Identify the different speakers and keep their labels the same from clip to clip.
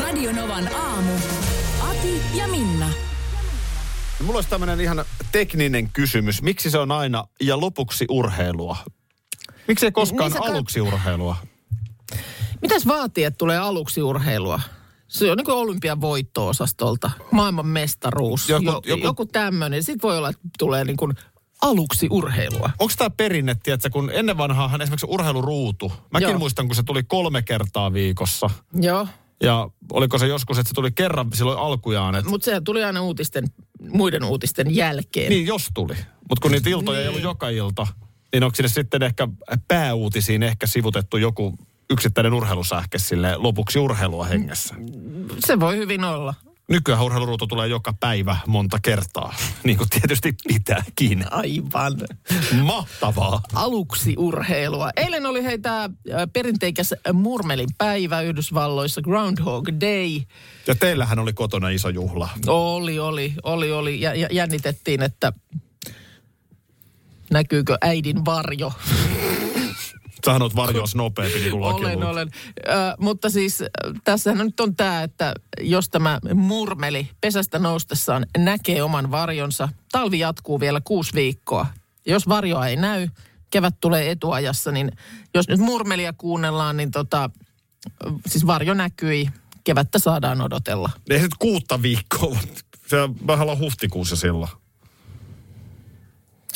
Speaker 1: Radionovan aamu. Ati ja Minna.
Speaker 2: Mulla olisi tämmöinen ihan tekninen kysymys. Miksi se on aina ja lopuksi urheilua? Miksi ei koskaan
Speaker 3: Niin
Speaker 2: niin
Speaker 3: sä kat-
Speaker 2: aluksi urheilua?
Speaker 3: Mitäs vaatii, että tulee aluksi urheilua? Se on niin kuin olympian voitto-osastolta, maailman mestaruus,
Speaker 2: Joku-
Speaker 3: joku, joku,
Speaker 2: joku-
Speaker 3: joku tämmöinen. Sitten voi olla, että tulee niin kuin aluksi urheilua.
Speaker 2: Onko tämä perinne, tiedätkö, kun ennen vanhaahan esimerkiksi urheiluruutu. Mäkin Joo.
Speaker 3: Joo.
Speaker 2: muistan, kun se tuli kolme kertaa viikossa.
Speaker 3: Joo,
Speaker 2: Ja oliko se joskus, että se tuli kerran silloin alkujaan, että
Speaker 3: mutta sehän tuli aina uutisten, muiden uutisten jälkeen.
Speaker 2: niin jos tuli. Mutta kun niitä iltoja niin. ei ollut joka ilta, niin onko sinne sitten ehkä pääuutisiin ehkä sivutettu joku yksittäinen urheilusähke sille lopuksi urheilua hengessä?
Speaker 3: Se voi hyvin olla.
Speaker 2: Nykyään urheiluruutu tulee joka päivä monta kertaa, niin kuin tietysti pitääkin.
Speaker 3: Aivan.
Speaker 2: Mahtavaa.
Speaker 3: Aluksi urheilua. Eilen oli heitä perinteikäs murmelin päivä Yhdysvalloissa, Groundhog Day.
Speaker 2: Ja teillähän oli kotona iso juhla.
Speaker 3: Oli, oli, oli, oli. Ja, ja jännitettiin, että näkyykö äidin varjo.
Speaker 2: Sähän oot varjoas nopeampi niin kuin laki
Speaker 3: Olen,
Speaker 2: luo.
Speaker 3: olen. Ö, mutta siis ö, tässähän nyt on tämä, että jos tämä murmeli pesästä noustessaan näkee oman varjonsa, talvi jatkuu vielä kuusi viikkoa. Jos varjoa ei näy, kevät tulee etuajassa, niin jos nyt murmelia kuunnellaan, niin tota, ö, siis varjo näkyi, kevättä saadaan odotella.
Speaker 2: Ei sit kuutta viikkoa. mutta Se vähän olla huhtikuussa silloin.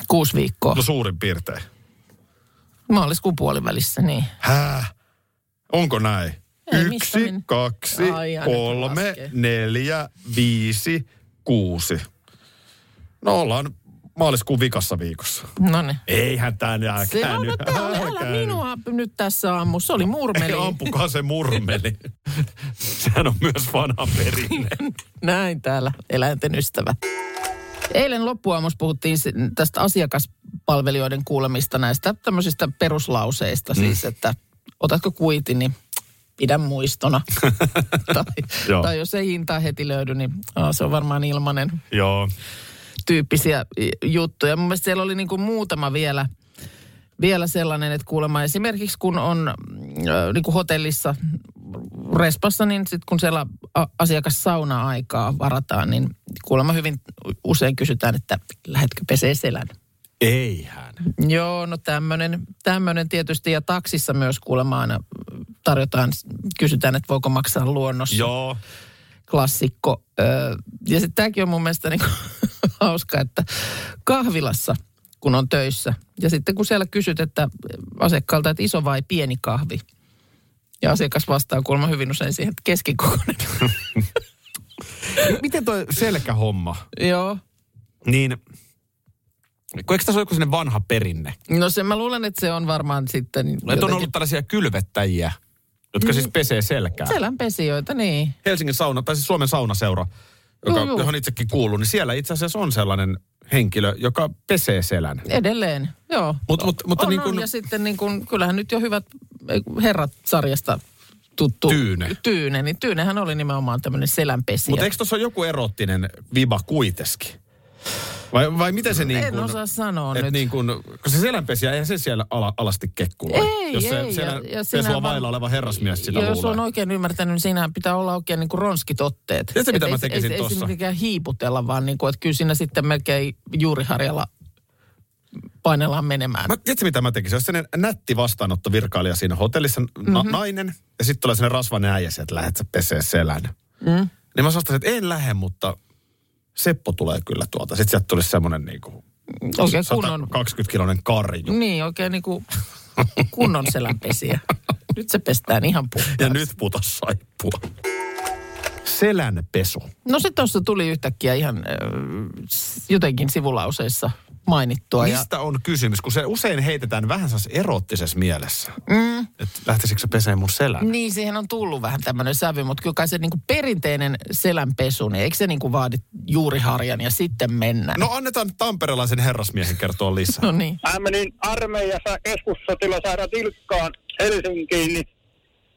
Speaker 3: Kuusi viikkoa.
Speaker 2: No suurin piirtein.
Speaker 3: Maaliskuun puolivälissä, niin.
Speaker 2: Hää? Onko näin?
Speaker 3: Ei, missä
Speaker 2: Yksi,
Speaker 3: meni?
Speaker 2: kaksi,
Speaker 3: Ai, aina
Speaker 2: kolme,
Speaker 3: laskee.
Speaker 2: neljä, viisi, kuusi. No ollaan maaliskuun vikassa viikossa.
Speaker 3: No niin.
Speaker 2: Eihän tää nää
Speaker 3: Se on,
Speaker 2: käynyt.
Speaker 3: no, tää oli, älä
Speaker 2: käynyt.
Speaker 3: minua nyt tässä aamussa. Se oli murmeli.
Speaker 2: Ei ampukaa se murmeli. Sehän on myös vanha perinne.
Speaker 3: Näin täällä eläinten ystävä. Eilen loppuaamussa puhuttiin si- tästä asiakaspalvelijoiden kuulemista näistä tämmöisistä
Speaker 2: Mm.
Speaker 3: peruslauseista. Siis, että otatko kuitin, niin pidä muistona. tai,
Speaker 2: Joo.
Speaker 3: tai jos ei hintaa heti löydy, niin aa, se on varmaan ilmanen
Speaker 2: Joo.
Speaker 3: tyyppisiä juttuja. Mun mielestä siellä oli niin kuin muutama vielä, vielä sellainen, että kuulemma esimerkiksi kun on niin kuin hotellissa respassa, niin sitten kun siellä a- asiakas sauna-aikaa varataan, niin kuulemma hyvin usein kysytään, että lähetkö pesee selän.
Speaker 2: Eihän.
Speaker 3: Joo, no tämmöinen tämmönen tietysti. Ja taksissa myös kuulemma aina tarjotaan, kysytään, että voiko maksaa luonnossa
Speaker 2: Joo.
Speaker 3: klassikko. Öö, Ja sitten tämäkin on mun mielestä niin hauska, että kahvilassa, kun on töissä, ja sitten kun siellä kysyt, että asiakkaalta, että iso vai pieni kahvi, ja asiakas vastaa kuulemma hyvin usein siihen, että keskikokoinen.
Speaker 2: Miten toi selkähomma?
Speaker 3: Joo.
Speaker 2: Niin, kun eikö tässä ole joku sinne vanha perinne?
Speaker 3: No sen mä luulen, että se on varmaan sitten
Speaker 2: Että on
Speaker 3: jotenkin
Speaker 2: ollut tällaisia kylvettäjiä, jotka siis pesee selkää.
Speaker 3: selänpesijöitä, niin.
Speaker 2: Helsingin sauna, tai siis Suomen saunaseura, joka,
Speaker 3: Joo, joo.
Speaker 2: johon itsekin kuuluu, niin siellä itse asiassa on sellainen henkilö, joka pesee selän.
Speaker 3: Edelleen, joo.
Speaker 2: Mut- mut- mutta
Speaker 3: on,
Speaker 2: niin
Speaker 3: on,
Speaker 2: kun-
Speaker 3: ja sitten niin kun, kyllähän nyt jo hyvät herrat-sarjasta tuttu.
Speaker 2: Tyyne.
Speaker 3: Tyyne, niin Tyynehän oli nimenomaan tämmöinen selänpesijä.
Speaker 2: Mutta eikö tuossa ole joku erottinen viba kuiteskin? Vai, vai miten se niin
Speaker 3: En
Speaker 2: kuin...
Speaker 3: osaa sanoa
Speaker 2: et
Speaker 3: nyt.
Speaker 2: Niin kuin, kun se selänpesiä, eihän se siellä ala, alasti kekkuloi.
Speaker 3: Ei,
Speaker 2: jos se
Speaker 3: ei, ja-
Speaker 2: selän,
Speaker 3: ja
Speaker 2: pesua
Speaker 3: sinähän
Speaker 2: vailla
Speaker 3: var-
Speaker 2: oleva herrasmies sitä
Speaker 3: ja jos
Speaker 2: luulee.
Speaker 3: on oikein ymmärtänyt, niin siinähän pitää olla oikein niin kuin ronskit otteet.
Speaker 2: Tiedätkö, mitä
Speaker 3: Et
Speaker 2: mä
Speaker 3: ei-
Speaker 2: tekisin
Speaker 3: ei, Ei
Speaker 2: tossa?
Speaker 3: se mitenkään hiiputella, vaan niin kuin, että kyllä siinä sitten melkein juuriharjalla painellaan menemään.
Speaker 2: Mä, tiedätkö mitä mä tekisin? Jos sellainen nätti vastaanottovirkailija siinä hotellissa, na-
Speaker 3: Mhm.
Speaker 2: mm-hmm. nainen, ja sitten tulee sellainen rasvainen äijä, sieltä, että lähet sä pesee selän. Mm. Niin mä sanoisin, että en lähde, mutta Seppo tulee kyllä tuolta. Sitten sieltä tulisi semmoinen niinku
Speaker 3: Oikein kunnon,
Speaker 2: 120-kilonen karju.
Speaker 3: niin, oikein niin kuin kunnon selänpesiä. Nyt se pestään ihan
Speaker 2: Ja
Speaker 3: puhtaaksi.
Speaker 2: nyt puta saippua. Selänpesu.
Speaker 3: No se tuossa tuli yhtäkkiä ihan äh, jotenkin sivulauseissa mainittua. Ja
Speaker 2: Mistä on kysymys? Kun se usein heitetään vähän sellaisessa erottisessa mielessä. Mm. Että lähtisikö se peseen mun selän?
Speaker 3: niin, siihen on tullut vähän tämmöinen sävy, mutta kyllä kai se niinku perinteinen selänpesu, niin eikö se niinku vaadi juuriharjan ja sitten mennään?
Speaker 2: No annetaan tamperelaisen herrasmiehen kertoa lisää.
Speaker 3: no niin.
Speaker 4: Mä menin armeijassa keskussotilasaira Tilkkaan Helsinkiin, niin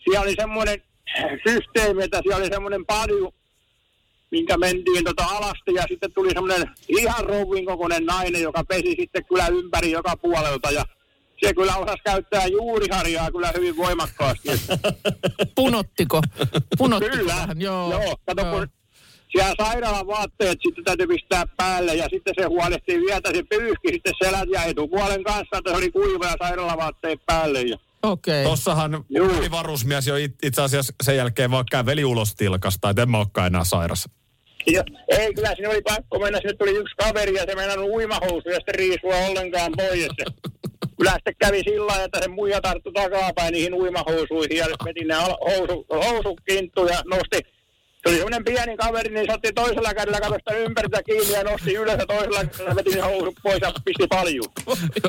Speaker 4: siellä oli semmoinen äh, systeemi, että siellä oli semmoinen padju, minkä mentiin tota alasti ja sitten tuli semmoinen ihan rouvin kokoinen nainen, joka pesi sitten kyllä ympäri joka puolelta ja se kyllä osasi käyttää juuriharjaa kyllä hyvin voimakkaasti.
Speaker 3: Punottiko? Punottiko
Speaker 4: Kyllä,
Speaker 3: vähän?
Speaker 4: joo.
Speaker 3: Joo.
Speaker 4: joo. Kato, kun siellä sairaalan vaatteet sitten täytyy pistää päälle ja sitten se huolehtii vielä, että se pyyhki sitten selät ja etupuolen kanssa, että se oli kuiva ja sairaalavaatteet päälle. Ja...
Speaker 3: Okei. Okay.
Speaker 2: Tossahan
Speaker 4: Juu.
Speaker 2: moni varusmies jo it- itse asiassa sen jälkeen vaan käveli ulos tilkasta, että en mä olekaan enää sairas.
Speaker 4: Ja, ei, kyllä sinne oli pakko mennä. Sinne tuli yksi kaveri ja se meinannut uimahousuja ja sitten riisua ollenkaan pois. Ja se, kyllä sitten kävi sillä lailla, että se muija tarttui takapäin niihin uimahousuihin ja veti ne al- housu, housukinttu ja nosti. Se oli semmoinen pieni kaveri, niin se otti toisella kädellä katosta ympäriltä kiinni ja nosti ylös ja toisella kädellä veti ne housut pois ja pisti paljon.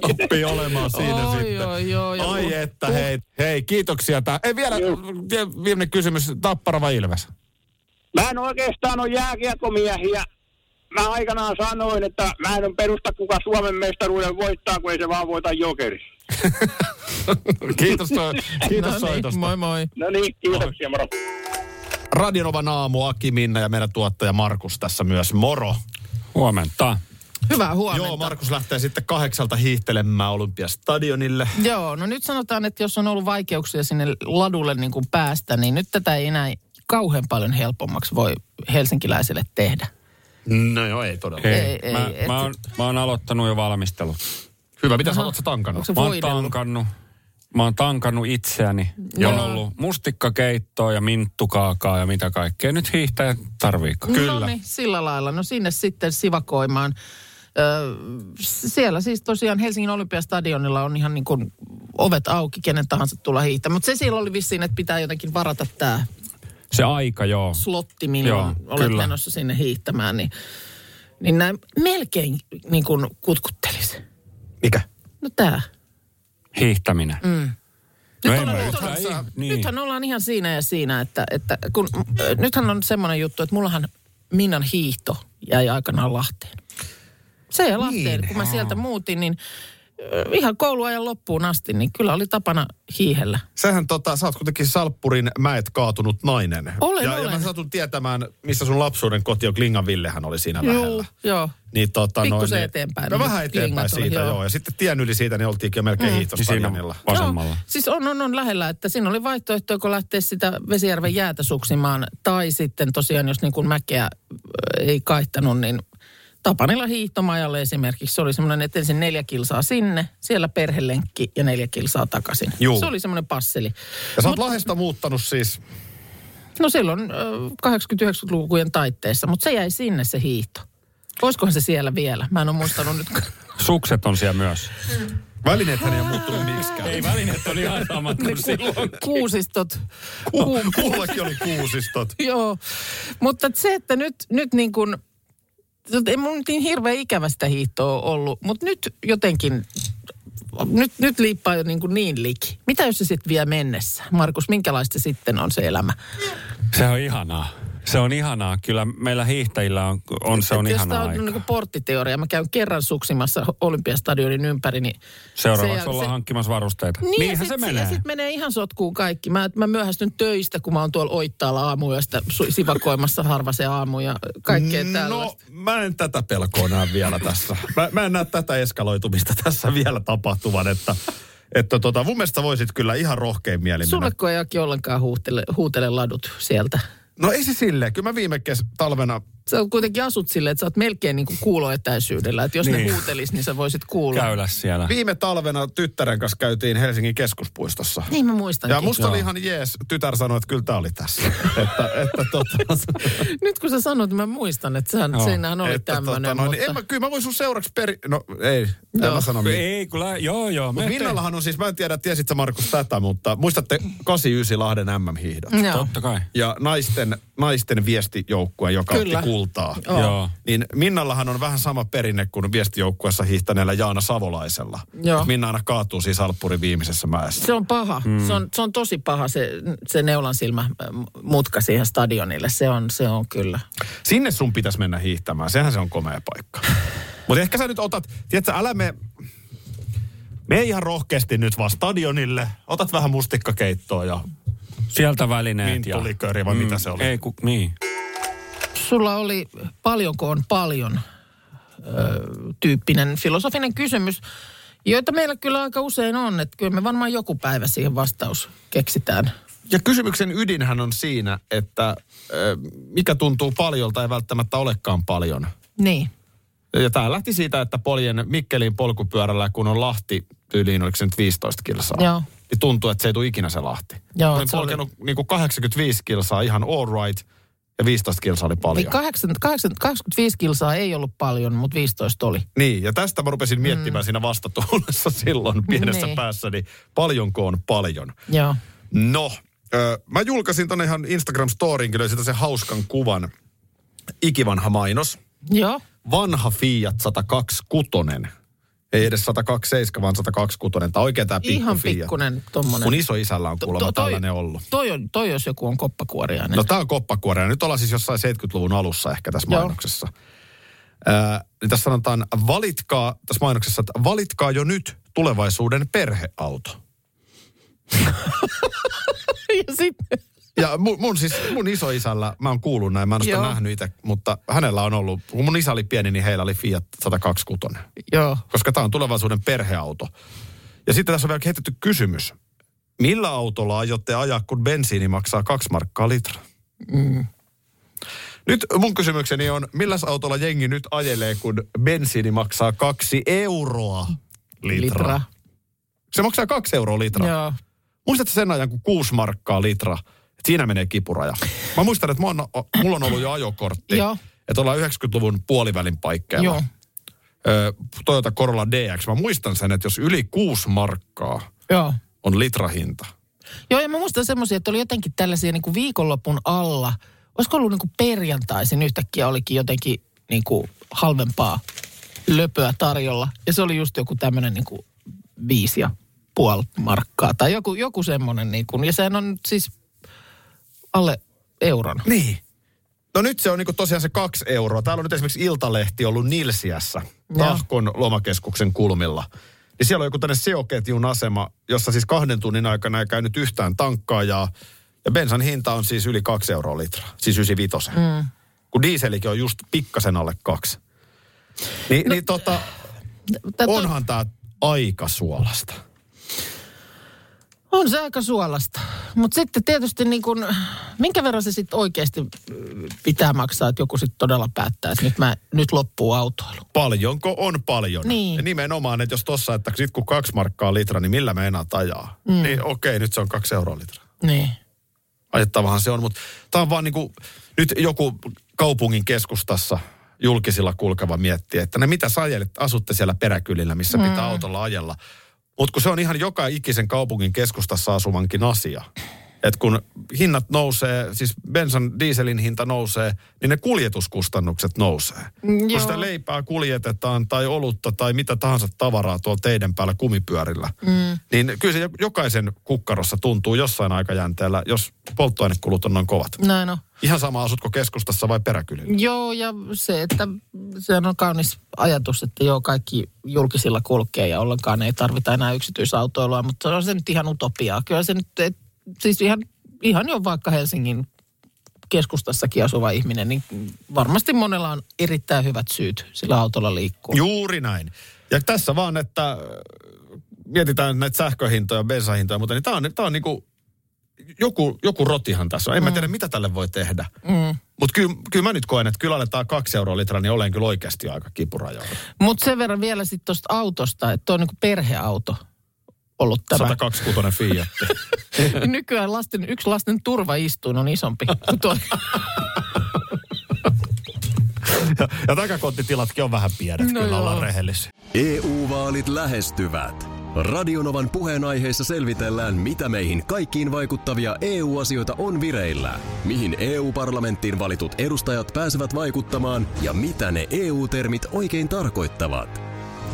Speaker 2: Oppii olemaan siinä
Speaker 3: Oi,
Speaker 2: sitten.
Speaker 3: oi, oi, oi.
Speaker 2: Ai että hei, hei kiitoksia. Tää. Ei vielä,
Speaker 4: Juu.
Speaker 2: vie- viimeinen kysymys, Tappara vai Ilves?
Speaker 4: Mä en oikeastaan ole jääkiekkomiehiä. Mä aikanaan sanoin, että mä en ole perusta kuka Suomen mestaruuden voittaa, kun ei se vaan voita jokeri.
Speaker 2: Kiitos, to, kiitos
Speaker 3: No niin,
Speaker 2: soitosta.
Speaker 3: moi moi.
Speaker 4: No niin, kiitoksia, moro.
Speaker 2: Radionovan aamu, Aki Minna ja meidän tuottaja Markus tässä myös. Moro.
Speaker 5: Huomenta.
Speaker 3: Hyvää huomenta.
Speaker 2: Joo, Markus lähtee sitten kahdeksalta hiihtelemään Olympiastadionille.
Speaker 3: Joo, no nyt sanotaan, että jos on ollut vaikeuksia sinne ladulle niin kuin päästä, niin nyt tätä ei enää kauhean paljon helpommaksi voi helsinkiläisille tehdä.
Speaker 2: No joo, ei todella.
Speaker 5: Ei,
Speaker 3: Ei, ei,
Speaker 5: mä,
Speaker 3: et-
Speaker 5: mä, oon, mä oon aloittanut jo valmistelut.
Speaker 2: Hyvä, mitä sä oot sä tankannut?
Speaker 3: Onko se
Speaker 5: Mä oon
Speaker 3: voidellut?
Speaker 5: tankannut, mä oon tankannut itseäni. Ja on
Speaker 3: Joo.
Speaker 5: ollut mustikkakeittoa ja minttukaakaa ja mitä kaikkea. Nyt hiihtää tarviikaan.
Speaker 3: No
Speaker 2: Kyllä.
Speaker 3: niin, sillä lailla. No sinne sitten sivakoimaan. Ö, s- siellä siis tosiaan Helsingin olympiastadionilla on ihan niin kuin ovet auki, kenen tahansa tulla hiihtää. Mutta se siellä oli vissiin, että pitää jotenkin varata tämä
Speaker 5: Se aika, joo.
Speaker 3: slotti, milloin
Speaker 5: Joo,
Speaker 3: olet
Speaker 5: kyllä.
Speaker 3: menossa sinne hiihtämään. Niin, niin näin melkein niin kuin kutkuttelisi.
Speaker 2: Mikä?
Speaker 3: No tää.
Speaker 5: Hiihtäminen. Mm. No
Speaker 3: Nyt
Speaker 5: en
Speaker 3: ollaan,
Speaker 5: mä
Speaker 3: nyt
Speaker 5: yhtään-
Speaker 3: ollaan-
Speaker 5: ei,
Speaker 3: niin.
Speaker 5: niin.
Speaker 3: Nythän ollaan ihan siinä ja siinä, että, että kun, ö, nythän on semmoinen juttu, että mullahan Minnan hiihto jäi aikanaan Lahteen. Se ja Lahteen, niin. kun mä sieltä muutin, niin ö, ihan kouluajan loppuun asti, niin kyllä oli tapana hiihellä.
Speaker 2: Sähän tota, sä oot kuitenkin Salppurin mäet kaatunut nainen.
Speaker 3: Olen,
Speaker 2: ja, ja
Speaker 3: olen.
Speaker 2: mä satun tietämään, missä sun lapsuuden koti on. Klingan Villehän oli siinä lähellä.
Speaker 3: joo.
Speaker 2: Niin tota noin.
Speaker 3: Pikkusen
Speaker 2: Niin,
Speaker 3: eteenpäin
Speaker 2: No
Speaker 3: oli
Speaker 2: vähän
Speaker 3: klingat
Speaker 2: eteenpäin
Speaker 3: oli,
Speaker 2: siitä,
Speaker 3: joo.
Speaker 2: joo. Ja sitten tien yli siitä, niin oltiinkin jo melkein mm.
Speaker 5: Niin siinä
Speaker 2: hiihtostadionilla.
Speaker 5: vasemmalla.
Speaker 3: Joo, siis on, on, on lähellä, että siinä oli vaihtoehto, joko lähteä sitä Vesijärven jäätä suksimaan, tai sitten tosiaan, jos niin kuin mäkeä ö, ei kaihtanut, niin Tapanilla hiihtomajalle esimerkiksi. Se oli semmoinen, että ensin neljä kilsaa sinne, siellä perhelenkki ja neljä kilsaa takaisin.
Speaker 2: Juu.
Speaker 3: Se oli semmoinen passeli.
Speaker 2: Ja sä oot Lahdesta muuttanut siis.
Speaker 3: No silloin ö, 80-90-lukujen taitteessa, mutta se jäi sinne se hiihto. Olisikohan se siellä vielä? Mä en ole muistanut nyt.
Speaker 5: Sukset on siellä myös.
Speaker 2: Välineethän ei ole muuttunut miksikään.
Speaker 5: Ei välineet on ihan samat kuin silloin.
Speaker 3: Kuusistot.
Speaker 2: Ku- Mullakin oli kuusistot.
Speaker 3: Joo, mutta se, että nyt, nyt niin kuin, ei mun niin hirveä ikävä sitä hiihtoa ole ollut, mutta nyt jotenkin, nyt, nyt liippaa jo niin, kuin niin liki. Mitä jos se sitten vie mennessä? Markus, minkälaista sitten on se elämä?
Speaker 5: Se on ihanaa. Se on ihanaa. Kyllä meillä hiihtäjillä on, on se on
Speaker 3: Et jos
Speaker 5: ihanaa
Speaker 3: tämä on
Speaker 5: aika.
Speaker 3: niin kuin porttiteoria, mä käyn kerran suksimassa olympiastadionin ympäri, niin
Speaker 5: Seuraavaksi
Speaker 3: se-
Speaker 5: ollaan
Speaker 3: se-
Speaker 5: hankkimassa varusteita.
Speaker 3: Niin,
Speaker 5: Niinhän
Speaker 3: ja
Speaker 5: se
Speaker 3: sit,
Speaker 5: menee.
Speaker 3: Ja sitten menee ihan sotkuun kaikki. Mä, mä myöhästyn töistä, kun mä oon tuolla Oittaalla aamuyöstä su- sivakoimassa harva se aamu ja kaikkea tällaista.
Speaker 2: No, mä en tätä pelkoa näe vielä tässä. Mä, mä en näe tätä eskaloitumista tässä vielä tapahtuvan, että, että tota, mun mielestä voisit kyllä ihan rohkein mielin mennä.
Speaker 3: Sulleko ei oikein ollenkaan huutele, huutele ladut sieltä?
Speaker 2: No ei se silleen. Kyllä mä viime kes- talvena,
Speaker 3: Sä oot kuitenkin asut silleen, että sä oot melkein niin kuin kuuloetäisyydellä. Että jos niin. ne
Speaker 5: Niin.
Speaker 3: huutelis, niin sä voisit kuulla.
Speaker 5: Käylä siellä.
Speaker 2: viime talvena tyttären kanssa käytiin Helsingin keskuspuistossa.
Speaker 3: Niin mä muistankin.
Speaker 2: Ja musta
Speaker 5: Joo.
Speaker 2: oli ihan jees, tytär sanoi, että kyllä tää oli tässä. että, että tota,
Speaker 3: Nyt kun sä sanoit, mä muistan, että sä, no.
Speaker 5: Joo.
Speaker 3: seinähän oli
Speaker 2: että tota,
Speaker 3: tämmöinen.
Speaker 2: noin,
Speaker 3: mutta...
Speaker 2: en mä, kyllä mä voin sun seuraksi peri... No ei, en
Speaker 3: Joo.
Speaker 2: mä sano mitään.
Speaker 5: Ei, kyllä, joo, joo.
Speaker 2: Mut
Speaker 5: me
Speaker 2: Minnallahan on siis, mä en tiedä, tiesitkö Markus tätä, mutta muistatte 89 Lahden MM-hiihdot.
Speaker 3: Joo.
Speaker 5: Totta kai.
Speaker 2: Ja naisten naisten viestijoukkue, joka
Speaker 3: Kyllä.
Speaker 2: otti kultaa.
Speaker 3: Joo.
Speaker 5: Joo.
Speaker 2: Niin Minnallahan on vähän sama perinne kuin viestijoukkueessa hiihtäneellä Jaana Savolaisella.
Speaker 3: Joo.
Speaker 2: Et Minna aina kaatuu siis Alppurin viimeisessä mäessä.
Speaker 3: Se on paha. Mm. Se, on, se on tosi paha se, se neulan silmä äh, mutka siihen stadionille. Se on, se on kyllä.
Speaker 2: Sinne sun pitäisi mennä hiihtämään, sehän se on komea paikka. Mutta ehkä sä nyt otat, tiedätkö, älä me... Me ihan rohkeasti nyt vaan stadionille. Otat vähän mustikkakeittoa ja
Speaker 5: Sieltä välineet. ja-
Speaker 2: minttulikööriä vai mitä se oli.
Speaker 5: Ei ku, niin.
Speaker 3: Sulla oli paljonko on paljon ö, tyyppinen filosofinen kysymys, joita meillä kyllä aika usein on. Että kyllä me varmaan joku päivä siihen vastaus keksitään.
Speaker 2: Ja kysymyksen ydinhän on siinä, että ö, mikä tuntuu paljolta ei välttämättä olekaan paljon.
Speaker 3: Niin.
Speaker 2: Ja tämä lähti siitä, että poljen Mikkelin polkupyörällä, kun on Lahti yliin, oliko se nyt 15 kilsaa.
Speaker 3: Joo.
Speaker 2: Niin tuntuu, että se ei tule ikinä se Lahti.
Speaker 3: Joo,
Speaker 2: Olen
Speaker 3: se oli-
Speaker 2: polkenut oli... niin 85 kilsaa ihan all right, ja 15 kilsaa oli paljon.
Speaker 3: Eli 80, 80, 25 kilsaa ei ollut paljon, mutta 15 oli.
Speaker 2: Niin, ja tästä mä rupesin miettimään mm. siinä vastatuulessa silloin pienessä
Speaker 3: Niin.
Speaker 2: päässä, niin paljonko on paljon.
Speaker 3: Joo.
Speaker 2: No, ö, mä julkaisin tonne ihan Instagram-storiinkin, löysin sen hauskan kuvan. Ikivanha mainos.
Speaker 3: Joo.
Speaker 2: vanha Fiat 126. Ei edes 127, vaan 126. Tämä oikein tämä pikku
Speaker 3: Ihan
Speaker 2: Fiat.
Speaker 3: pikkunen tommonen.
Speaker 2: Mun isoisällä on kuulemma to, tällainen ollut.
Speaker 3: Toi, on, toi jos joku on koppakuoriainen.
Speaker 2: No tämä on koppakuoria. Nyt ollaan siis jossain 70-luvun alussa ehkä tässä
Speaker 3: Joo.
Speaker 2: mainoksessa. Ää, niin tässä sanotaan, valitkaa, tässä mainoksessa, että valitkaa jo nyt tulevaisuuden perheauto.
Speaker 3: ja sitten,
Speaker 2: Ja mun, mun siis, mun isoisällä, mä oon kuullut näin, mä en ole sitä
Speaker 3: Joo.
Speaker 2: nähnyt itse, mutta hänellä on ollut, kun mun isä oli pieni, niin heillä oli Fiat 126.
Speaker 3: joo.
Speaker 2: koska tämä on tulevaisuuden perheauto. Ja sitten tässä on vielä kehitetty kysymys. Millä autolla aiotte ajaa, kun bensiini maksaa kaksi markkaa litra? Mm. Nyt mun kysymykseni on, milläs autolla jengi nyt ajelee, kun bensiini maksaa kaksi euroa litraa? Litra. Se maksaa kaksi euroa litraa.
Speaker 3: Joo.
Speaker 2: Muistatko sen ajan, kun kuusi markkaa litra? Et Siinä menee kipuraja. Mä muistan, että mä oon, o- mulla on ollut jo ajokortti.
Speaker 3: Joo.
Speaker 2: Että ollaan 90-luvun puolivälin paikkeilla.
Speaker 3: Joo.
Speaker 2: Ö, Toyota Corolla DX. Mä muistan sen, että jos yli kuusi markkaa
Speaker 3: Joo.
Speaker 2: on litrahinta.
Speaker 3: Joo, ja mä muistan semmoisia, että oli jotenkin tällaisia niin kuin viikonlopun alla. Olisiko ollut niin kuin perjantaisin yhtäkkiä olikin jotenkin niin kuin halvempaa löpöä tarjolla. Ja se oli just joku tämmöinen niin kuin viisi ja puoli markkaa tai joku, joku semmoinen. Niin kuin, ja sehän on nyt siis alle euron.
Speaker 2: Niin. No nyt se on niinku tosiaan se kaksi euroa. Täällä on nyt esimerkiksi Iltalehti ollut Nilsiässä,
Speaker 3: Joo.
Speaker 2: Tahkon lomakeskuksen kulmilla. Niin siellä on joku tänne seoketjun asema, jossa siis kahden tunnin aikana ei käynyt yhtään tankkaajaa. Ja bensan hinta on siis yli kaksi euroa litra, siis 95. Mm. Kun diiselikin on just pikkasen alle kaksi. Ni, no, niin tota,
Speaker 3: Tätä on.
Speaker 2: onhan tämä aika suolasta.
Speaker 3: on se aika suolasta. Mutta sitten tietysti niin kun, minkä verran se sitten oikeasti äh, pitää maksaa, että joku sitten todella päättää, että nyt, mä, nyt loppuu autoilu.
Speaker 2: paljonko on paljon.
Speaker 3: Niin.
Speaker 2: Ja nimenomaan, että jos tossa, että sit kun kaksi markkaa litra, niin millä me enää tajaa? Mm. Niin okei, nyt se on kaksi euroa litra.
Speaker 3: Niin.
Speaker 2: Ajettavahan se on, mutta tämä on vaan niinku, nyt joku kaupungin keskustassa julkisilla kulkeva miettii, että ne mitä sä ajelet, asutte siellä peräkylillä, missä mm. pitää autolla ajella. Mutta kun se on ihan joka ikisen kaupungin keskustassa asuvankin asia, että kun hinnat nousee, siis bensan, dieselin hinta nousee, niin ne kuljetuskustannukset nousee. Mm, kun
Speaker 3: joo.
Speaker 2: sitä leipää kuljetetaan tai olutta tai mitä tahansa tavaraa tuolla teidän päällä kumipyörillä, mm. niin kyllä se jo- jokaisen kukkarossa tuntuu jossain aikajänteellä, jos polttoainekulut on noin kovat.
Speaker 3: Näin on.
Speaker 2: Ihan sama, asutko keskustassa vai peräkylillä.
Speaker 3: Joo, ja se, että sehän on kaunis ajatus, että joo, kaikki julkisilla kulkee ja ollenkaan ei tarvita enää yksityisautoilua, mutta on se nyt ihan utopiaa. Kyllä se nyt, et, siis ihan, ihan jo vaikka Helsingin keskustassakin asuva ihminen, niin varmasti monella on erittäin hyvät syyt sillä autolla liikkua.
Speaker 2: Juuri näin. Ja tässä vaan, että äh, mietitään näitä sähköhintoja, bensahintoja, mutta niin tämä on, tää on niinku joku, joku rotihan tässä on. En mä tiedä, mitä tälle voi tehdä. Mm. Mutta kyllä, kyllä mä nyt koen, että kyllä aletaan kaksi euroa litraa, niin olen kyllä oikeasti aika kipurajoilla.
Speaker 3: Mutta sen verran vielä sitten tuosta autosta, että tuo on niinku perheauto ollut tämä.
Speaker 2: 126 Fiat.
Speaker 3: Nykyään lasten, yksi lasten turvaistuin on isompi kuin tuo.
Speaker 2: Ja, ja takakonttitilatkin on vähän pienet, no
Speaker 3: No
Speaker 2: kyllä
Speaker 3: joo.
Speaker 2: ollaan rehellisiä.
Speaker 6: EU-vaalit E lähestyvät. Radionovan puheenaiheessa selvitellään, mitä meihin kaikkiin vaikuttavia EU-asioita on vireillä, mihin EU-parlamenttiin valitut edustajat pääsevät vaikuttamaan ja mitä ne EU-termit oikein tarkoittavat.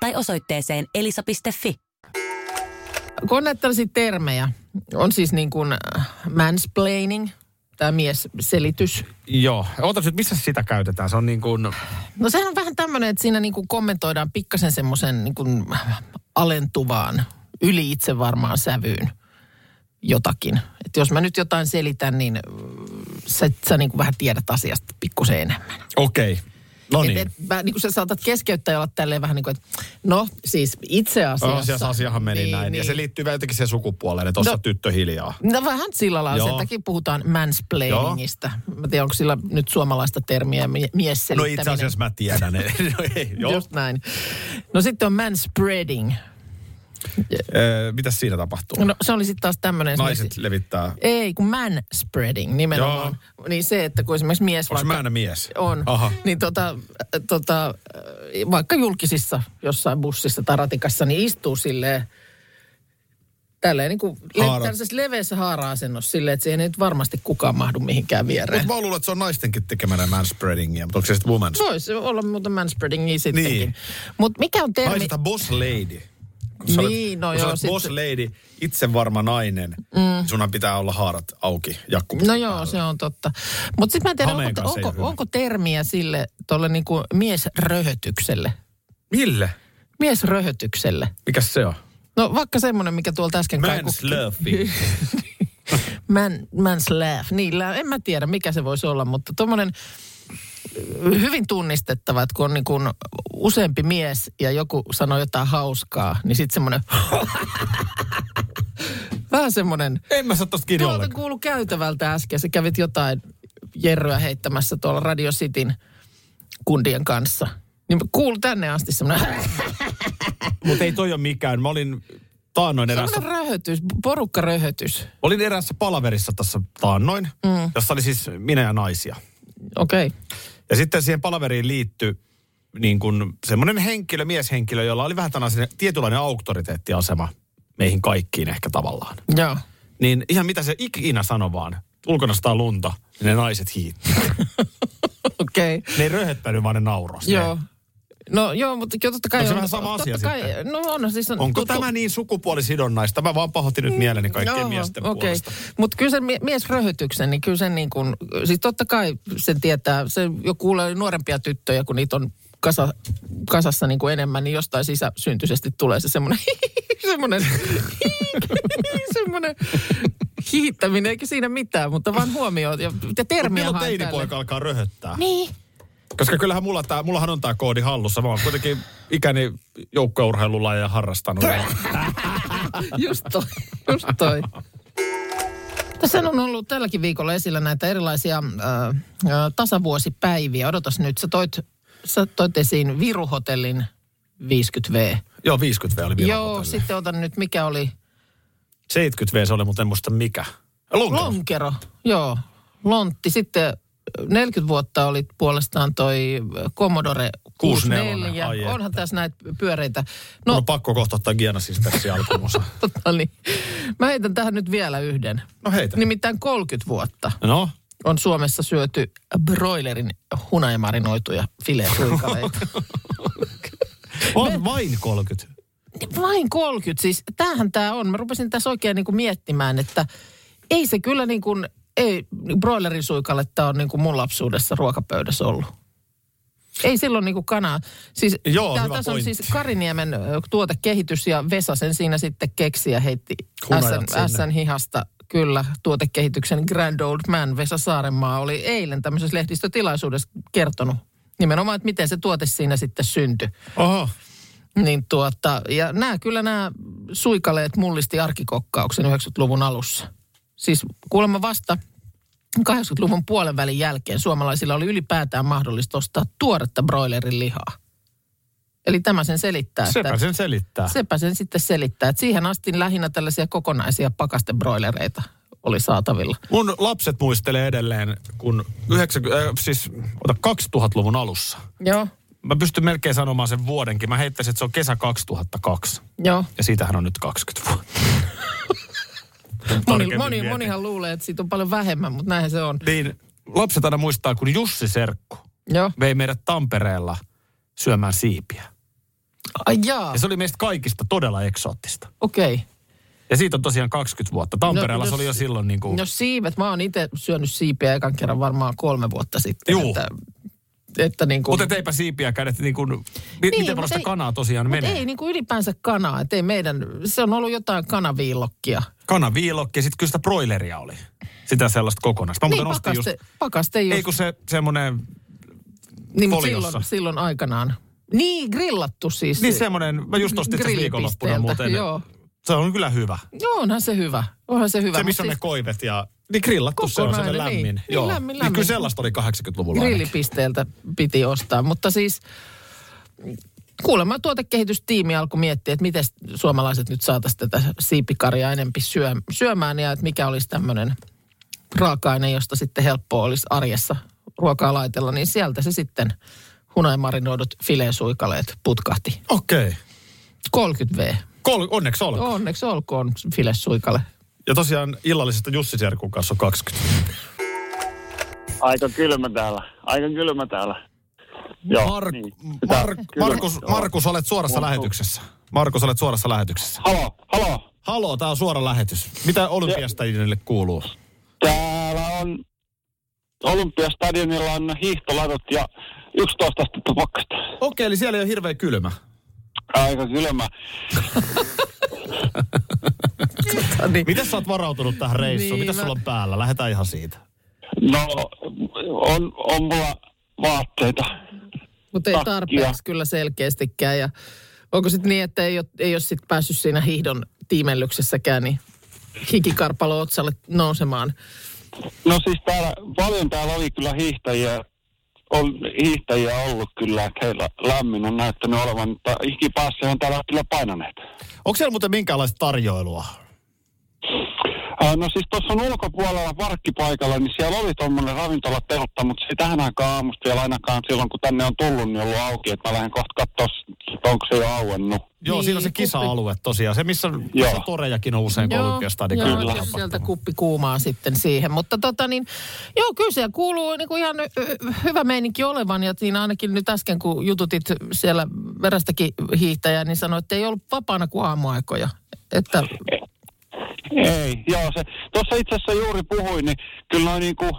Speaker 7: tai osoitteeseen elisa.fi.
Speaker 3: Kun on näitä tällaisia termejä, on siis niin kuin äh, mansplaining, tämä miesselitys.
Speaker 2: Joo. Ootas nyt, missä sitä käytetään? Se on niin kuin...
Speaker 3: No sehän on vähän tämmöinen, että siinä niin kuin kommentoidaan pikkasen semmoisen niin kuin alentuvaan, yli itse varmaan sävyyn jotakin. Että jos mä nyt jotain selitän, niin äh, sä, sä niin kuin vähän tiedät asiasta pikkusen enemmän.
Speaker 2: Okei. Okay. No
Speaker 3: Et,
Speaker 2: niin.
Speaker 3: et, mä, niin kuin sä saatat keskeyttää ja olla tälleen vähän niin kuin, että no siis itse
Speaker 2: No,
Speaker 3: asiassa.
Speaker 2: Asiassa asiahan meni niin, näin. Niin. Ja se liittyy vielä jotenkin siihen sukupuoleen, että tuossa
Speaker 3: No.
Speaker 2: no. tyttö hiljaa.
Speaker 3: No vähän sillä lailla,
Speaker 2: Joo.
Speaker 3: sen takia puhutaan mansplainingista. Mä tiedän, onko sillä nyt suomalaista termiä mie-
Speaker 2: No
Speaker 3: miesselittäminen.
Speaker 2: itse asiassa mä tiedän. no, ei, joo.
Speaker 3: Just näin. No sitten on manspreading.
Speaker 2: Ö, mitäs siinä tapahtuu?
Speaker 3: No se oli sitten taas tämmöinen...
Speaker 2: Naiset levittää.
Speaker 3: Ei, kun manspreading nimenomaan. Joo. Niin se, että kun esimerkiksi mies
Speaker 2: Onko mä
Speaker 3: vaikka...
Speaker 2: aina mies?
Speaker 3: On.
Speaker 2: Aha.
Speaker 3: Niin tota, äh, tota, äh, vaikka julkisissa jossain bussissa tai ratikassa, niin istuu silleen tälleen niin kuin le-
Speaker 2: Haara.
Speaker 3: tällaisessa leveässä haara-asennossa silleen, että siihen ei nyt varmasti kukaan mahdu mihinkään viereen.
Speaker 2: Mutta mä luulen, että se on naistenkin tekemänä manspreadingia, mutta onko se sitten woman?
Speaker 3: Voisi olla muuta manspreadingia sittenkin.
Speaker 2: Niin.
Speaker 3: Mutta mikä on termi...
Speaker 2: Naisista boss lady. Kun
Speaker 3: Niin, no
Speaker 2: kun sä
Speaker 3: joo,
Speaker 2: olet
Speaker 3: sit-
Speaker 2: boss lady, itse varma nainen, mm. sunhan pitää olla haarat auki, jakku.
Speaker 3: No joo, se on totta. Mutta sitten mä en tiedä,
Speaker 2: Hameen
Speaker 3: onko,
Speaker 2: kanssa ei
Speaker 3: onko,
Speaker 2: ole
Speaker 3: onko termiä sille tuolle niinku miesröhötykselle?
Speaker 2: Mille?
Speaker 3: Miesröhötyksellä.
Speaker 2: Mikäs se on?
Speaker 3: No vaikka semmoinen, mikä tuolta äsken kaikukki.
Speaker 2: Manslurfing.
Speaker 3: Man, man's laugh. Niillä, en mä tiedä mikä se voisi olla, mutta tuommoinen hyvin tunnistettava, että kun on niin kuin useampi mies ja joku sanoo jotain hauskaa, niin sitten semmoinen vähän semmoinen
Speaker 2: en mä saa tosta kiinni
Speaker 3: Tuolta
Speaker 2: ollenkaan.
Speaker 3: kuulu käytävältä äsken. Sä kävit jotain jerryä heittämässä tuolla Radio Cityn kundien kanssa. Niin kuulu tänne asti semmoinen
Speaker 2: Mutta ei toi ole mikään. Mä olin taannoin eräässä,
Speaker 3: semmoinen röhötys, porukkaröhötys.
Speaker 2: olin eräässä palaverissa tässä taannoin, mm. jossa oli siis minä ja naisia.
Speaker 3: Okei. Okay.
Speaker 2: Ja sitten siihen palaveriin liittyi niin kuin semmoinen henkilö, mieshenkilö, jolla oli vähän tällainen tietynlainen auktoriteettiasema meihin kaikkiin ehkä tavallaan.
Speaker 3: Joo.
Speaker 2: Niin ihan mitä se ikinä sanoo vaan, ulkona sataa lunta, niin ne naiset hiitti.
Speaker 3: Okei.
Speaker 2: Ne ei röhöttänyt, vaan ne nauros.
Speaker 3: Joo. No joo, mutta jo totta kai...
Speaker 2: Onko se vähän sama
Speaker 3: totta
Speaker 2: asia
Speaker 3: kai,
Speaker 2: sitten?
Speaker 3: No on, siis on...
Speaker 2: Onko
Speaker 3: tu- tu-
Speaker 2: tämä niin sukupuolisidonnaista? Mä vaan pahoitin nyt mieleni kaikkien
Speaker 3: Niin. Joo,
Speaker 2: miesten
Speaker 3: okei.
Speaker 2: puolesta.
Speaker 3: Mutta kyllä sen mie- miesröhötyksen, niin kyllä sen niin kuin, siis totta kai sen tietää, se jo kuulee nuorempia tyttöjä, kun niitä on kasa, kasassa niin kuin enemmän, niin jostain sisäsyntyisesti tulee se semmoinen, semmoinen, semmoinen hiittäminen, eikä siinä mitään, mutta vaan huomioon ja, ja
Speaker 2: Mut
Speaker 3: termiä
Speaker 2: Milloin
Speaker 3: haen tälle.
Speaker 2: teinipoika alkaa röhöttää?
Speaker 3: Niin.
Speaker 2: Koska kyllähän mulla tää, mullahan on tämä koodi hallussa. Mä oon kuitenkin ikäni joukkourheilulla ja harrastanut.
Speaker 3: Just toi, just toi. Tässä on ollut tälläkin viikolla esillä näitä erilaisia äh, äh, tasavuosipäiviä. Odotas nyt, sä toit, sä toit esiin Viruhotellin 50V.
Speaker 2: Joo, 50 V oli vielä
Speaker 3: Joo, sitten otan nyt, mikä oli
Speaker 2: 70 V se oli, mutta en muista mikä. Lonkero. Long.
Speaker 3: Lonkero. Joo, Lontti. Sitten äh, 40 vuotta oli puolestaan toi äh, Commodore
Speaker 2: 64.
Speaker 3: 64.
Speaker 2: Ai että.
Speaker 3: Onhan tässä näitä pyöreitä.
Speaker 2: No.
Speaker 3: No,
Speaker 2: Mun on pakko kohta ottaa Giana Sistersi alkuunsa.
Speaker 3: no niin. Mä heitän tähän nyt vielä yhden.
Speaker 2: No heitä.
Speaker 3: Nimittäin 30 vuotta.
Speaker 2: No,
Speaker 3: on Suomessa syöty broilerin hunajamarinoituja filesuikaleita.
Speaker 2: on vain 30.
Speaker 3: Vain 30, siis tämähän tämä on. Mä rupesin tässä oikein niinku miettimään, että ei se kyllä niin niinku kuin, ei broilerin suikaletta on niin kuin mun lapsuudessa ruokapöydässä ollut. Ei silloin niinku kanaa. Siis,
Speaker 2: Joo,
Speaker 3: tää,
Speaker 2: hyvä
Speaker 3: tässä
Speaker 2: pointti.
Speaker 3: on siis Kariniemen ö, tuotekehitys ja Vesa sen siinä sitten keksi ja heitti
Speaker 2: Hunajat sinne.
Speaker 3: SN, SN hihasta. Kyllä, tuotekehityksen Grand Old Man Vesa Saarenmaa oli eilen tämmöisessä lehdistötilaisuudessa kertonut nimenomaan, että miten se tuote siinä sitten syntyi.
Speaker 2: Oho.
Speaker 3: Niin tuota, ja nämä kyllä nämä suikaleet mullisti arkikokkauksen 90-luvun alussa. Siis kuulemma vasta 80-luvun puolen välin jälkeen suomalaisilla oli ylipäätään mahdollista ostaa tuoretta broilerin lihaa. Eli tämä sen selittää. että-
Speaker 2: Sepä sen selittää.
Speaker 3: sepä sen sitten selittää. Että siihen asti lähinnä tällaisia kokonaisia pakastebroilereita oli saatavilla.
Speaker 2: Mun lapset muistelee edelleen, kun 90, äh, siis ota 2000-luvun alussa.
Speaker 3: Joo,
Speaker 2: Mä pystyn melkein sanomaan sen vuodenkin. Mä heittäisin, että se on kesä 2002.
Speaker 3: joo.
Speaker 2: Ja siitähän on nyt 20 vuotta.
Speaker 3: Moni,
Speaker 2: Tarkemmin
Speaker 3: moni,
Speaker 2: mietin.
Speaker 3: monihan luulee, että siitä on paljon vähemmän, mutta näinhän se on.
Speaker 2: Niin lapset aina muistaa, kun Jussi Serkku
Speaker 3: Joo.
Speaker 2: vei meidät Tampereella syömään siipiä.
Speaker 3: Ai jaa,
Speaker 2: Ja se oli meistä kaikista todella eksoottista.
Speaker 3: okei. Okay.
Speaker 2: Ja siitä on tosiaan 20 vuotta. Tampereella
Speaker 3: No,
Speaker 2: se oli jo
Speaker 3: jos-
Speaker 2: silloin niin kuin...
Speaker 3: No siivet, mä oon itse syönyt siipiä ekan kerran varmaan kolme vuotta sitten.
Speaker 2: Juu.
Speaker 3: Että, että niin kuin,
Speaker 2: Mutta et eipä siipiä kädet niin kuin... Niin,
Speaker 3: Niin,
Speaker 2: miten
Speaker 3: mut
Speaker 2: paljon sitä
Speaker 3: ei-
Speaker 2: kanaa tosiaan
Speaker 3: Mut
Speaker 2: menee?
Speaker 3: ei niin kuin ylipäänsä kanaa, että ei meidän, se on ollut jotain kanaviillokkia.
Speaker 2: Kanaviilokki ja sitten kyllä sitä broileria oli. Sitä sellaista kokonaista. Mä
Speaker 3: Niin
Speaker 2: muuten ostin just...
Speaker 3: pakaste, pakaste just,
Speaker 2: Ei kun se semmoinen...
Speaker 3: niin, mut
Speaker 2: foliossa.
Speaker 3: silloin, silloin aikanaan. Niin, grillattu siis.
Speaker 2: Niin semmoinen... Mä just ostin tässä viikonloppuna
Speaker 3: grillipisteeltä,
Speaker 2: muuten. niin
Speaker 3: Joo.
Speaker 2: Se on kyllä hyvä.
Speaker 3: joo, onhan se hyvä. Onhan se hyvä.
Speaker 2: se,
Speaker 3: mut
Speaker 2: missä on ne
Speaker 3: siis
Speaker 2: koivet ja... Niin grillattu se on semmoinen
Speaker 3: Kokonainen, niin.
Speaker 2: lämmin.
Speaker 3: Niin, lämmin,
Speaker 2: Niin
Speaker 3: lämmin.
Speaker 2: kyllä sellaista oli 80-luvulla ainakin.
Speaker 3: grillipisteeltä piti ostaa, mutta siis kuulemma tuotekehitystiimi alkoi miettiä, että miten suomalaiset nyt saataisiin tätä siipikarjaa enempi syö, syömään ja että mikä olisi tämmöinen raaka-aine, josta sitten helppoa olisi arjessa ruokaa laitella, niin sieltä se sitten hunajamarinoidut filesuikaleet putkahti.
Speaker 2: Okei.
Speaker 3: 30 V.
Speaker 2: Kol- onneksi olkoon.
Speaker 3: Onneksi olkoon filesuikale.
Speaker 2: Ja tosiaan illallisesta Jussi Serkun kanssa on 20.
Speaker 4: Aika kylmä täällä. Aika kylmä täällä. Joo,
Speaker 2: Mark,
Speaker 4: niin.
Speaker 2: Mark,
Speaker 4: Kyllä,
Speaker 2: Markus,
Speaker 4: joo.
Speaker 2: Markus, olet suorassa lähetyksessä. Markus, olet suorassa lähetyksessä.
Speaker 4: Halo, halo.
Speaker 2: Haloo, tää on suora lähetys. Mitä olympiastajille kuuluu?
Speaker 4: Täällä on Olympiastadionilla on hiihtolatot ja 11 astetta pakkasta.
Speaker 2: Okei, eli siellä ei ole hirveä kylmä.
Speaker 4: Aika kylmä.
Speaker 2: Miten sä oot varautunut tähän reissuun?
Speaker 3: Niin,
Speaker 2: Mitä
Speaker 3: mä-
Speaker 2: sulla on päällä? Lähdetään ihan siitä.
Speaker 4: No, on, on mulla vaatteita.
Speaker 3: Mutta ei
Speaker 4: Takkia.
Speaker 3: tarpeeksi kyllä selkeästikään. Ja onko sitten niin, että ei ole, ei ole sit päässyt siinä hiihdon tiimellyksessäkään, niin hikikarpalo otsalle nousemaan.
Speaker 4: No siis täällä, paljon täällä oli kyllä hiihtäjiä. On hiihtäjiä ollut kyllä, että heillä lämmin on näyttänyt olevan, mutta hikipäässä on täällä kyllä painaneet.
Speaker 2: Onko siellä muuten minkäänlaista tarjoilua?
Speaker 4: Ää, No siis tuossa on ulkopuolella parkkipaikalla, niin siellä oli tuommoinen ravintola teltta, mutta se ei tähän aikaan aamusta vielä ainakaan silloin, kun tänne on tullut, niin ollut auki. Että mä lähden kohta katsoa, onko se jo auennut.
Speaker 2: Joo,
Speaker 3: Niin,
Speaker 2: siinä on se
Speaker 3: kuppi.
Speaker 2: kisa-alue tosiaan. Se, missä on
Speaker 4: Joo.
Speaker 2: torejakin on usein, kun olympiastadin
Speaker 3: joo,
Speaker 2: kautta
Speaker 3: jos
Speaker 2: tapahtuu.
Speaker 3: sieltä kuppi kuumaa sitten siihen. Mutta tota niin, joo, kyllä siellä kuuluu niin kuin ihan ö, ö, hyvä meininki olevan. Ja siinä ainakin nyt äsken, kun jututit siellä verästäkin hiihtäjää, niin sanoit, että ei ollut vapaana kuin aamuaikoja. Että
Speaker 4: Ei, joo. Se, tuossa itse asiassa juuri puhuin, niin kyllä noin niin kuin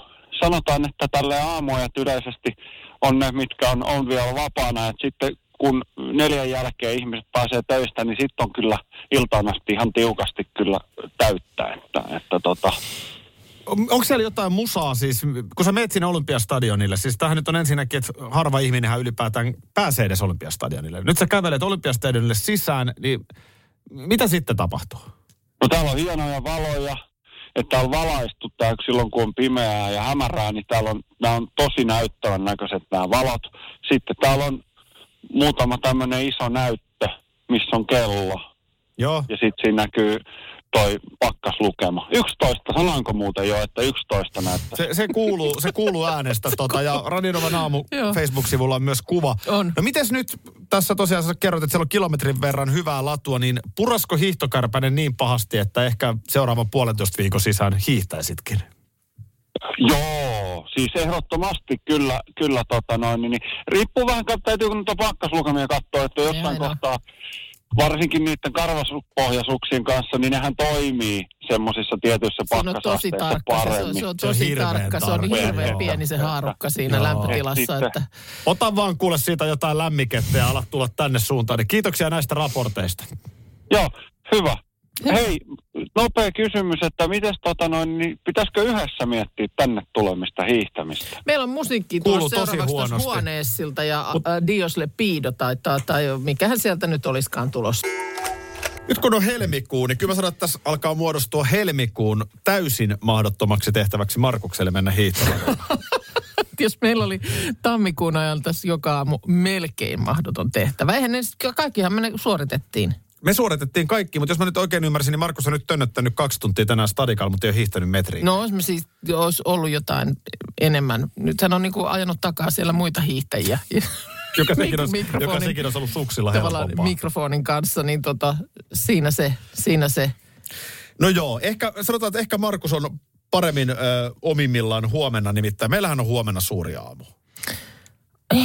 Speaker 4: sanotaan, että tälle aamuajat yleisesti on ne, mitkä on, on vielä vapaana. Et sitten kun neljän jälkeen ihmiset pääsee töistä, niin sitten on kyllä iltaan asti ihan tiukasti kyllä täyttää. Että, että tota,
Speaker 2: On- Onko siellä jotain musaa siis, kun sä meet sinne Olympiastadionille, siis tämähän nyt on ensinnäkin, että harva ihminenhän ylipäätään pääsee edes Olympiastadionille. Nyt sä kävelet Olympiastadionille sisään, niin mitä sitten tapahtuu?
Speaker 4: No täällä on hienoja valoja, että täällä on valaistu tää, silloin kun on pimeää ja hämärää, niin täällä on, nämä on tosi näyttävän näköiset nämä valot. Sitten täällä on muutama tämmöinen iso näyttö, missä on kello.
Speaker 2: Joo.
Speaker 4: Ja sitten siinä näkyy toi pakkaslukema. 11, sanoinko muuten jo, että 11 näyttää.
Speaker 2: Se, se, kuuluu, se kuuluu äänestä tota, ja Radinovan aamu
Speaker 3: Joo.
Speaker 2: Facebook-sivulla on myös kuva.
Speaker 3: On.
Speaker 2: No mites nyt, tässä tosiaan sä kerroit, että siellä on kilometrin verran hyvää latua, niin purasko hiihtokärpäinen niin pahasti, että ehkä seuraavan puolentoista viikon sisään hiihtäisitkin?
Speaker 4: Joo, siis ehdottomasti kyllä, kyllä tota noin, niin, niin riippuu vähän, kat- täytyy kun noita pakkaslukemia katsoa, että jossain
Speaker 3: aina.
Speaker 4: kohtaa varsinkin niiden karvaspohjasuksien kanssa, niin nehän toimii semmoisissa tietyissä
Speaker 3: Siinä on tosi
Speaker 4: pakkasasteissa
Speaker 3: tarkka. Se on,
Speaker 4: paremmin.
Speaker 3: se on
Speaker 2: Se on
Speaker 3: tosi
Speaker 2: hirveän
Speaker 3: tarkka. Se on
Speaker 2: tarkka,
Speaker 3: hirveän
Speaker 4: joo.
Speaker 3: pieni se haarukka siinä
Speaker 2: Joo.
Speaker 3: lämpötilassa.
Speaker 4: Sitten-
Speaker 3: Että
Speaker 2: Ota vaan kuule siitä jotain lämmikettä ja ala tulla tänne suuntaan. Niin Kiitoksia näistä raporteista.
Speaker 4: Joo, hyvä. Hei, nopea kysymys, että mites tota noin, niin pitäisikö yhdessä miettiä tänne tulemista hiihtämistä?
Speaker 3: Meillä on musiikki
Speaker 2: Kuuluu
Speaker 3: tuossa
Speaker 2: tosi
Speaker 3: seuraavaksi tuossa
Speaker 2: huonosti.
Speaker 3: huoneessilta ja ä, Diosle Piido tai, tai, tai mikähän sieltä nyt olisikaan tulossa.
Speaker 2: Nyt kun on helmikuu, niin kyllä mä sanon, että tässä alkaa muodostua helmikuun täysin mahdottomaksi tehtäväksi Markukselle mennä hiihtämään.
Speaker 3: Jos meillä oli tammikuun ajalta tässä joka aamu melkein mahdoton tehtävä. Eihän ne, sit- kaikkihan me ne suoritettiin.
Speaker 2: Me suoritettiin kaikki, mutta jos mä nyt oikein ymmärsin, niin Markus on nyt tönnöttänyt kaksi tuntia tänään stadikalla, mutta ei ole hiihtänyt metriä.
Speaker 3: No olisi, me siis, olisi ollut jotain enemmän. Nythän on niin kuin ajanut takaa siellä muita hiihtäjiä. Niinku
Speaker 2: joka, sekin on,
Speaker 3: mikrofonin-
Speaker 2: joka sekin on ollut suksilla
Speaker 3: Tavallaan
Speaker 2: helpompaa.
Speaker 3: mikrofonin kanssa, niin tota, siinä se, siinä se.
Speaker 2: No joo, ehkä, sanotaan, että ehkä Markus on paremmin ö, omimmillaan huomenna nimittäin. Meillähän on huomenna suuri aamu.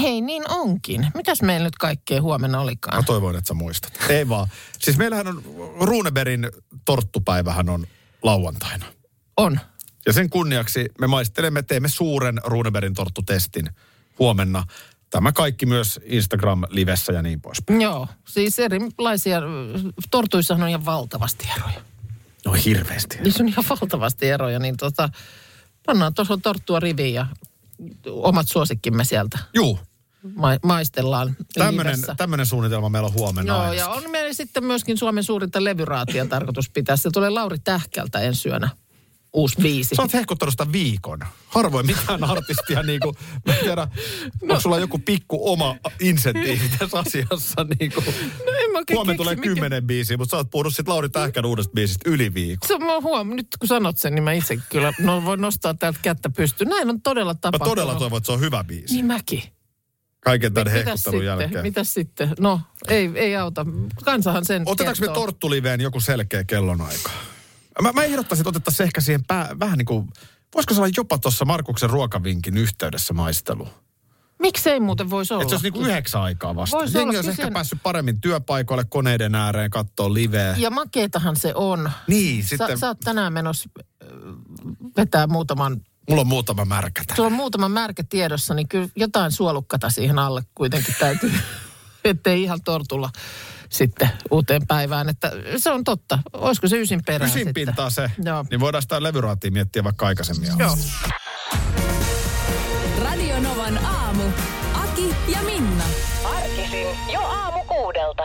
Speaker 3: Hei, niin onkin. Mitäs meillä nyt kaikkea huomenna
Speaker 2: Mä
Speaker 3: olikaan?
Speaker 2: toivon, että sä muistat. Ei vaan. Siis meillähän on, Runeberin torttupäivähän on lauantaina.
Speaker 3: On.
Speaker 2: Ja sen kunniaksi me maistelemme, teemme suuren Runeberin torttutestin huomenna. Tämä kaikki myös Instagram-livessä ja niin poispäin.
Speaker 3: Joo, siis erilaisia, tortuissahan on ihan valtavasti eroja.
Speaker 2: No hirveästi.
Speaker 3: Niissä on ihan valtavasti eroja, niin tota, pannaan tuossa torttua riviin ja omat suosikkimme sieltä
Speaker 2: Juu,
Speaker 3: ma- maistellaan
Speaker 2: tämmönen,
Speaker 3: livessä.
Speaker 2: tämmönen suunnitelma meillä on huomenna.
Speaker 3: Niin Joo,
Speaker 2: ainakin.
Speaker 3: ja on meillä sitten myöskin Suomen suurinta levyraatia tarkoitus pitää. Se tulee Lauri Tähkältä ensi yönä, uusi biisi.
Speaker 2: Sä oot hehkuttanut sitä viikon. Harvoin mitään artistia niin kuin, mä en tiedä, no. onko sulla joku pikku oma insentiivi tässä asiassa niin kuin.
Speaker 3: No en mä oikein
Speaker 2: Huomenna
Speaker 3: keksi,
Speaker 2: tulee
Speaker 3: mikä-
Speaker 2: kymmenen biisiä, mutta sä oot puhunut sit Lauri Tähkän uudesta biisistä yli viikon.
Speaker 3: Se, mä huom... Nyt kun sanot sen, niin mä itse kyllä no, voin nostaa täältä kättä pystyyn. Näin on todella
Speaker 2: Mä
Speaker 3: tapahtunut.
Speaker 2: todella toivon, että se on hyvä biisi.
Speaker 3: Niin mäkin.
Speaker 2: Kaiken tämän
Speaker 3: Mitäs
Speaker 2: hehkuttelun
Speaker 3: sitten?
Speaker 2: jälkeen.
Speaker 3: Mitäs sitten? No, ei, ei auta. Kansahan sen
Speaker 2: Otetaanko me
Speaker 3: kertoo.
Speaker 2: torttuliveen joku selkeä kellonaika? Mä, mä ehdottaisin, että otettaisiin ehkä siihen pää, vähän niin kuin, voisiko se olla jopa tuossa Markuksen ruokavinkin yhteydessä maistelu?
Speaker 3: Miksei muuten voisi olla?
Speaker 2: Että se olisi niinku yhdeksän aikaa vasta.
Speaker 3: Voisi
Speaker 2: Jengi
Speaker 3: olla siis
Speaker 2: olisi ehkä
Speaker 3: kyseinen-
Speaker 2: päässyt paremmin työpaikoille, koneiden ääreen, katsoa liveä.
Speaker 3: Ja makeetahan se on.
Speaker 2: Niin,
Speaker 3: Sä,
Speaker 2: sitten
Speaker 3: sä oot tänään menossa äh, vetää muutaman...
Speaker 2: mulla on muutama märkä täällä.
Speaker 3: Sulla on muutama märkä tiedossa, niin kyllä jotain suolukkata siihen alle kuitenkin täytyy. Ettei ihan tortulla sitten uuteen päivään. Että se on totta. Olisiko se ysin perään
Speaker 2: Ysin pintaa se,
Speaker 3: Joo.
Speaker 2: niin voidaan sitä levyraatia miettiä vaikka aikaisemmin.
Speaker 3: Joo.
Speaker 1: Radio Novan aamu. Aki ja Minna.
Speaker 7: Arkisin jo aamu kuudelta.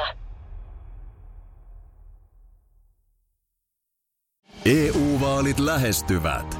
Speaker 6: EU-vaalit E lähestyvät.